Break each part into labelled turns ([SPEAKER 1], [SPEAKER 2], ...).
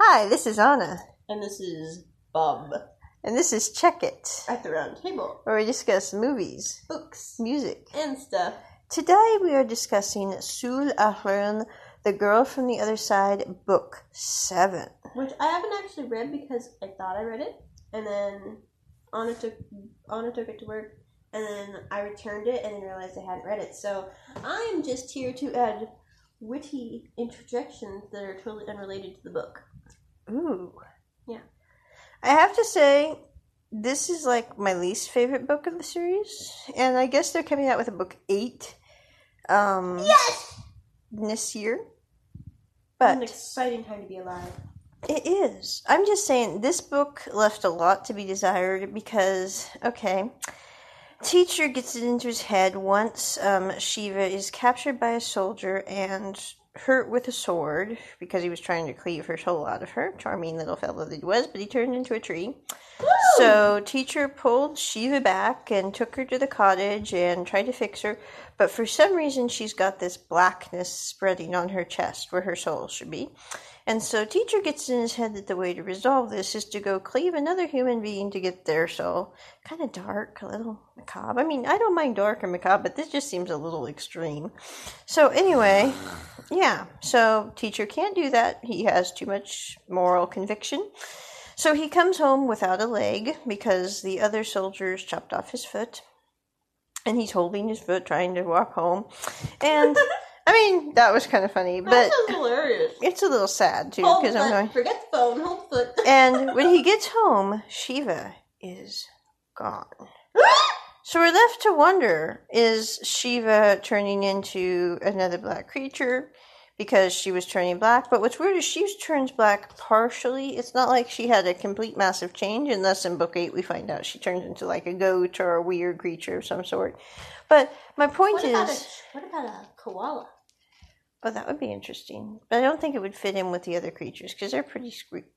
[SPEAKER 1] Hi, this is Anna,
[SPEAKER 2] And this is Bob
[SPEAKER 1] and this is Check It,
[SPEAKER 2] at the round table.
[SPEAKER 1] where we discuss movies,
[SPEAKER 2] Books
[SPEAKER 1] music.
[SPEAKER 2] and stuff.
[SPEAKER 1] Today we are discussing Sul Ahern, The Girl from the Other Side, Book 7.
[SPEAKER 2] Which I haven't actually read because I thought I read it. And then Anna took Anna took it to work and then I returned it and then realized I hadn't read it. So I am just here to add witty interjections that are totally unrelated to the book.
[SPEAKER 1] Ooh.
[SPEAKER 2] Yeah.
[SPEAKER 1] I have to say, this is like my least favorite book of the series, and I guess they're coming out with a book 8 um,
[SPEAKER 2] Yes!
[SPEAKER 1] this year.
[SPEAKER 2] an
[SPEAKER 1] But
[SPEAKER 2] exciting time to be alive.
[SPEAKER 1] It is. I'm just saying, this book left a lot to be desired because, okay, teacher gets it into his head once um, Shiva is captured by a soldier and hurt with a sword because he was trying to cleave her soul out of her. Charming little fellow that he was, but he turned into a tree. So, teacher pulled Shiva back and took her to the cottage and tried to fix her, but for some reason, she's got this blackness spreading on her chest where her soul should be. And so, teacher gets in his head that the way to resolve this is to go cleave another human being to get their soul. Kind of dark, a little macabre. I mean, I don't mind dark or macabre, but this just seems a little extreme. So, anyway, yeah, so teacher can't do that. He has too much moral conviction. So he comes home without a leg because the other soldiers chopped off his foot. And he's holding his foot trying to walk home. And I mean, that was kind of funny, but
[SPEAKER 2] that sounds hilarious.
[SPEAKER 1] it's a little sad too
[SPEAKER 2] Hold
[SPEAKER 1] because
[SPEAKER 2] foot.
[SPEAKER 1] I'm going.
[SPEAKER 2] Forget the phone, hold foot.
[SPEAKER 1] And when he gets home, Shiva is gone. So we're left to wonder is Shiva turning into another black creature because she was turning black? But what's weird is she turns black partially. It's not like she had a complete massive change, unless in book eight we find out she turns into like a goat or a weird creature of some sort. But my point
[SPEAKER 2] what,
[SPEAKER 1] is,
[SPEAKER 2] about a, what about a koala?
[SPEAKER 1] oh, that would be interesting. But I don't think it would fit in with the other creatures because they're pretty, scre-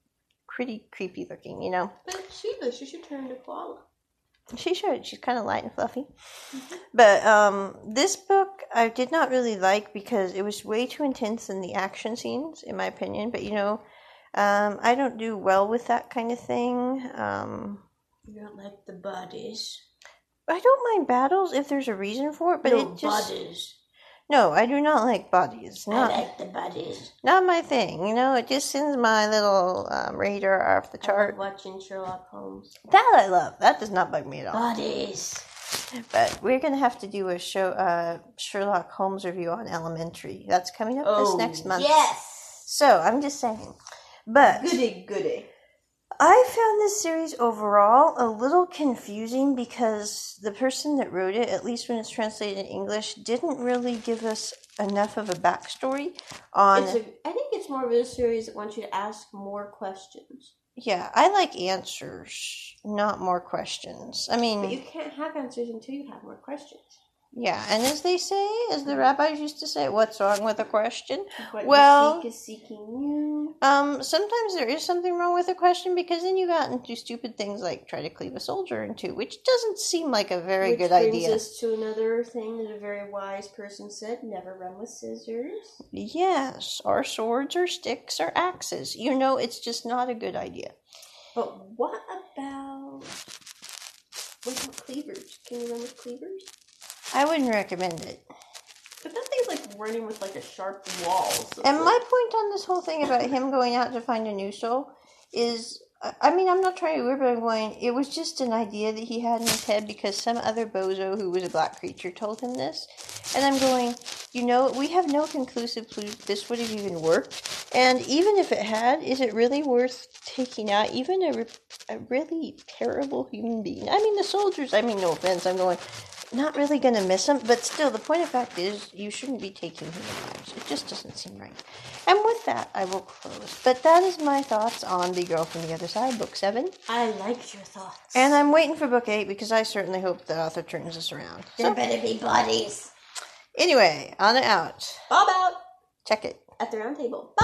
[SPEAKER 1] pretty creepy looking, you know?
[SPEAKER 2] But Shiva, she should turn into koala.
[SPEAKER 1] She should. She's kind of light and fluffy.
[SPEAKER 2] Mm-hmm.
[SPEAKER 1] But um, this book I did not really like because it was way too intense in the action scenes, in my opinion. But you know, um, I don't do well with that kind of thing. Um,
[SPEAKER 2] You don't like the bodies.
[SPEAKER 1] I don't mind battles if there's a reason for it, but
[SPEAKER 2] no
[SPEAKER 1] it just
[SPEAKER 2] bodies.
[SPEAKER 1] no. I do not like bodies. Not
[SPEAKER 2] I like the bodies.
[SPEAKER 1] not my thing. You know, it just sends my little um, radar off the
[SPEAKER 2] Oh, I love
[SPEAKER 1] chart. Oh.
[SPEAKER 2] watching Sherlock Holmes.
[SPEAKER 1] That I love. That does not bug me at
[SPEAKER 2] Oh.
[SPEAKER 1] all.
[SPEAKER 2] Bodies.
[SPEAKER 1] But we're gonna have to do a show, uh, Sherlock Holmes review on Elementary. That's coming up
[SPEAKER 2] Oh,
[SPEAKER 1] this next month.
[SPEAKER 2] Yes.
[SPEAKER 1] So I'm just saying. But
[SPEAKER 2] Goody goody.
[SPEAKER 1] I found this series overall a little confusing because the person that wrote it, at least when it's translated in English, didn't really give us enough of a backstory on.
[SPEAKER 2] It's a, I think it's more of a series that wants you to ask more questions.
[SPEAKER 1] yeah, I like answers, not more questions. I mean,
[SPEAKER 2] But you can't have answers until you have more questions.
[SPEAKER 1] yeah, and as they say, as the rabbis used to say, what's wrong with a question?
[SPEAKER 2] What
[SPEAKER 1] Well-
[SPEAKER 2] you seek is seeking you.
[SPEAKER 1] Um, sometimes there is something wrong with a question because then you got into stupid things like try to cleave a soldier in two, which doesn't seem like a very
[SPEAKER 2] Which
[SPEAKER 1] good
[SPEAKER 2] brings
[SPEAKER 1] idea.
[SPEAKER 2] us to another thing that a very wise person said: never run with scissors.
[SPEAKER 1] Yes, or swords or sticks or axes. You know, it's just not a good idea.
[SPEAKER 2] But what about what about cleavers? Can you run with cleavers?
[SPEAKER 1] I wouldn't recommend it.
[SPEAKER 2] But that thing's like running with like a sharp wall. So
[SPEAKER 1] And my point on this whole thing about him going out to find a new soul is I- I mean, I'm not trying to be weird, but I'm going, it was just an idea that he had in his head because some other bozo who was a black creature told him this. And I'm going, you know, we have no conclusive proof this would have even worked. And even if it had, is it really worth taking out even a, re- a really terrible human being? I mean, the soldiers, I mean, no offense, I'm going, not really going to miss them, but still, the point of fact is you shouldn't be taking human lives. It just doesn't seem right. And with that, I will close. But that is my thoughts on The Girl from the Other Side, Book 7.
[SPEAKER 2] I liked your thoughts.
[SPEAKER 1] And I'm waiting for Book 8 because I certainly hope the author turns this around.
[SPEAKER 2] there
[SPEAKER 1] So,
[SPEAKER 2] better be bodies.
[SPEAKER 1] anyway, on and out.
[SPEAKER 2] Bob out
[SPEAKER 1] Check it.
[SPEAKER 2] at the round table. Bye.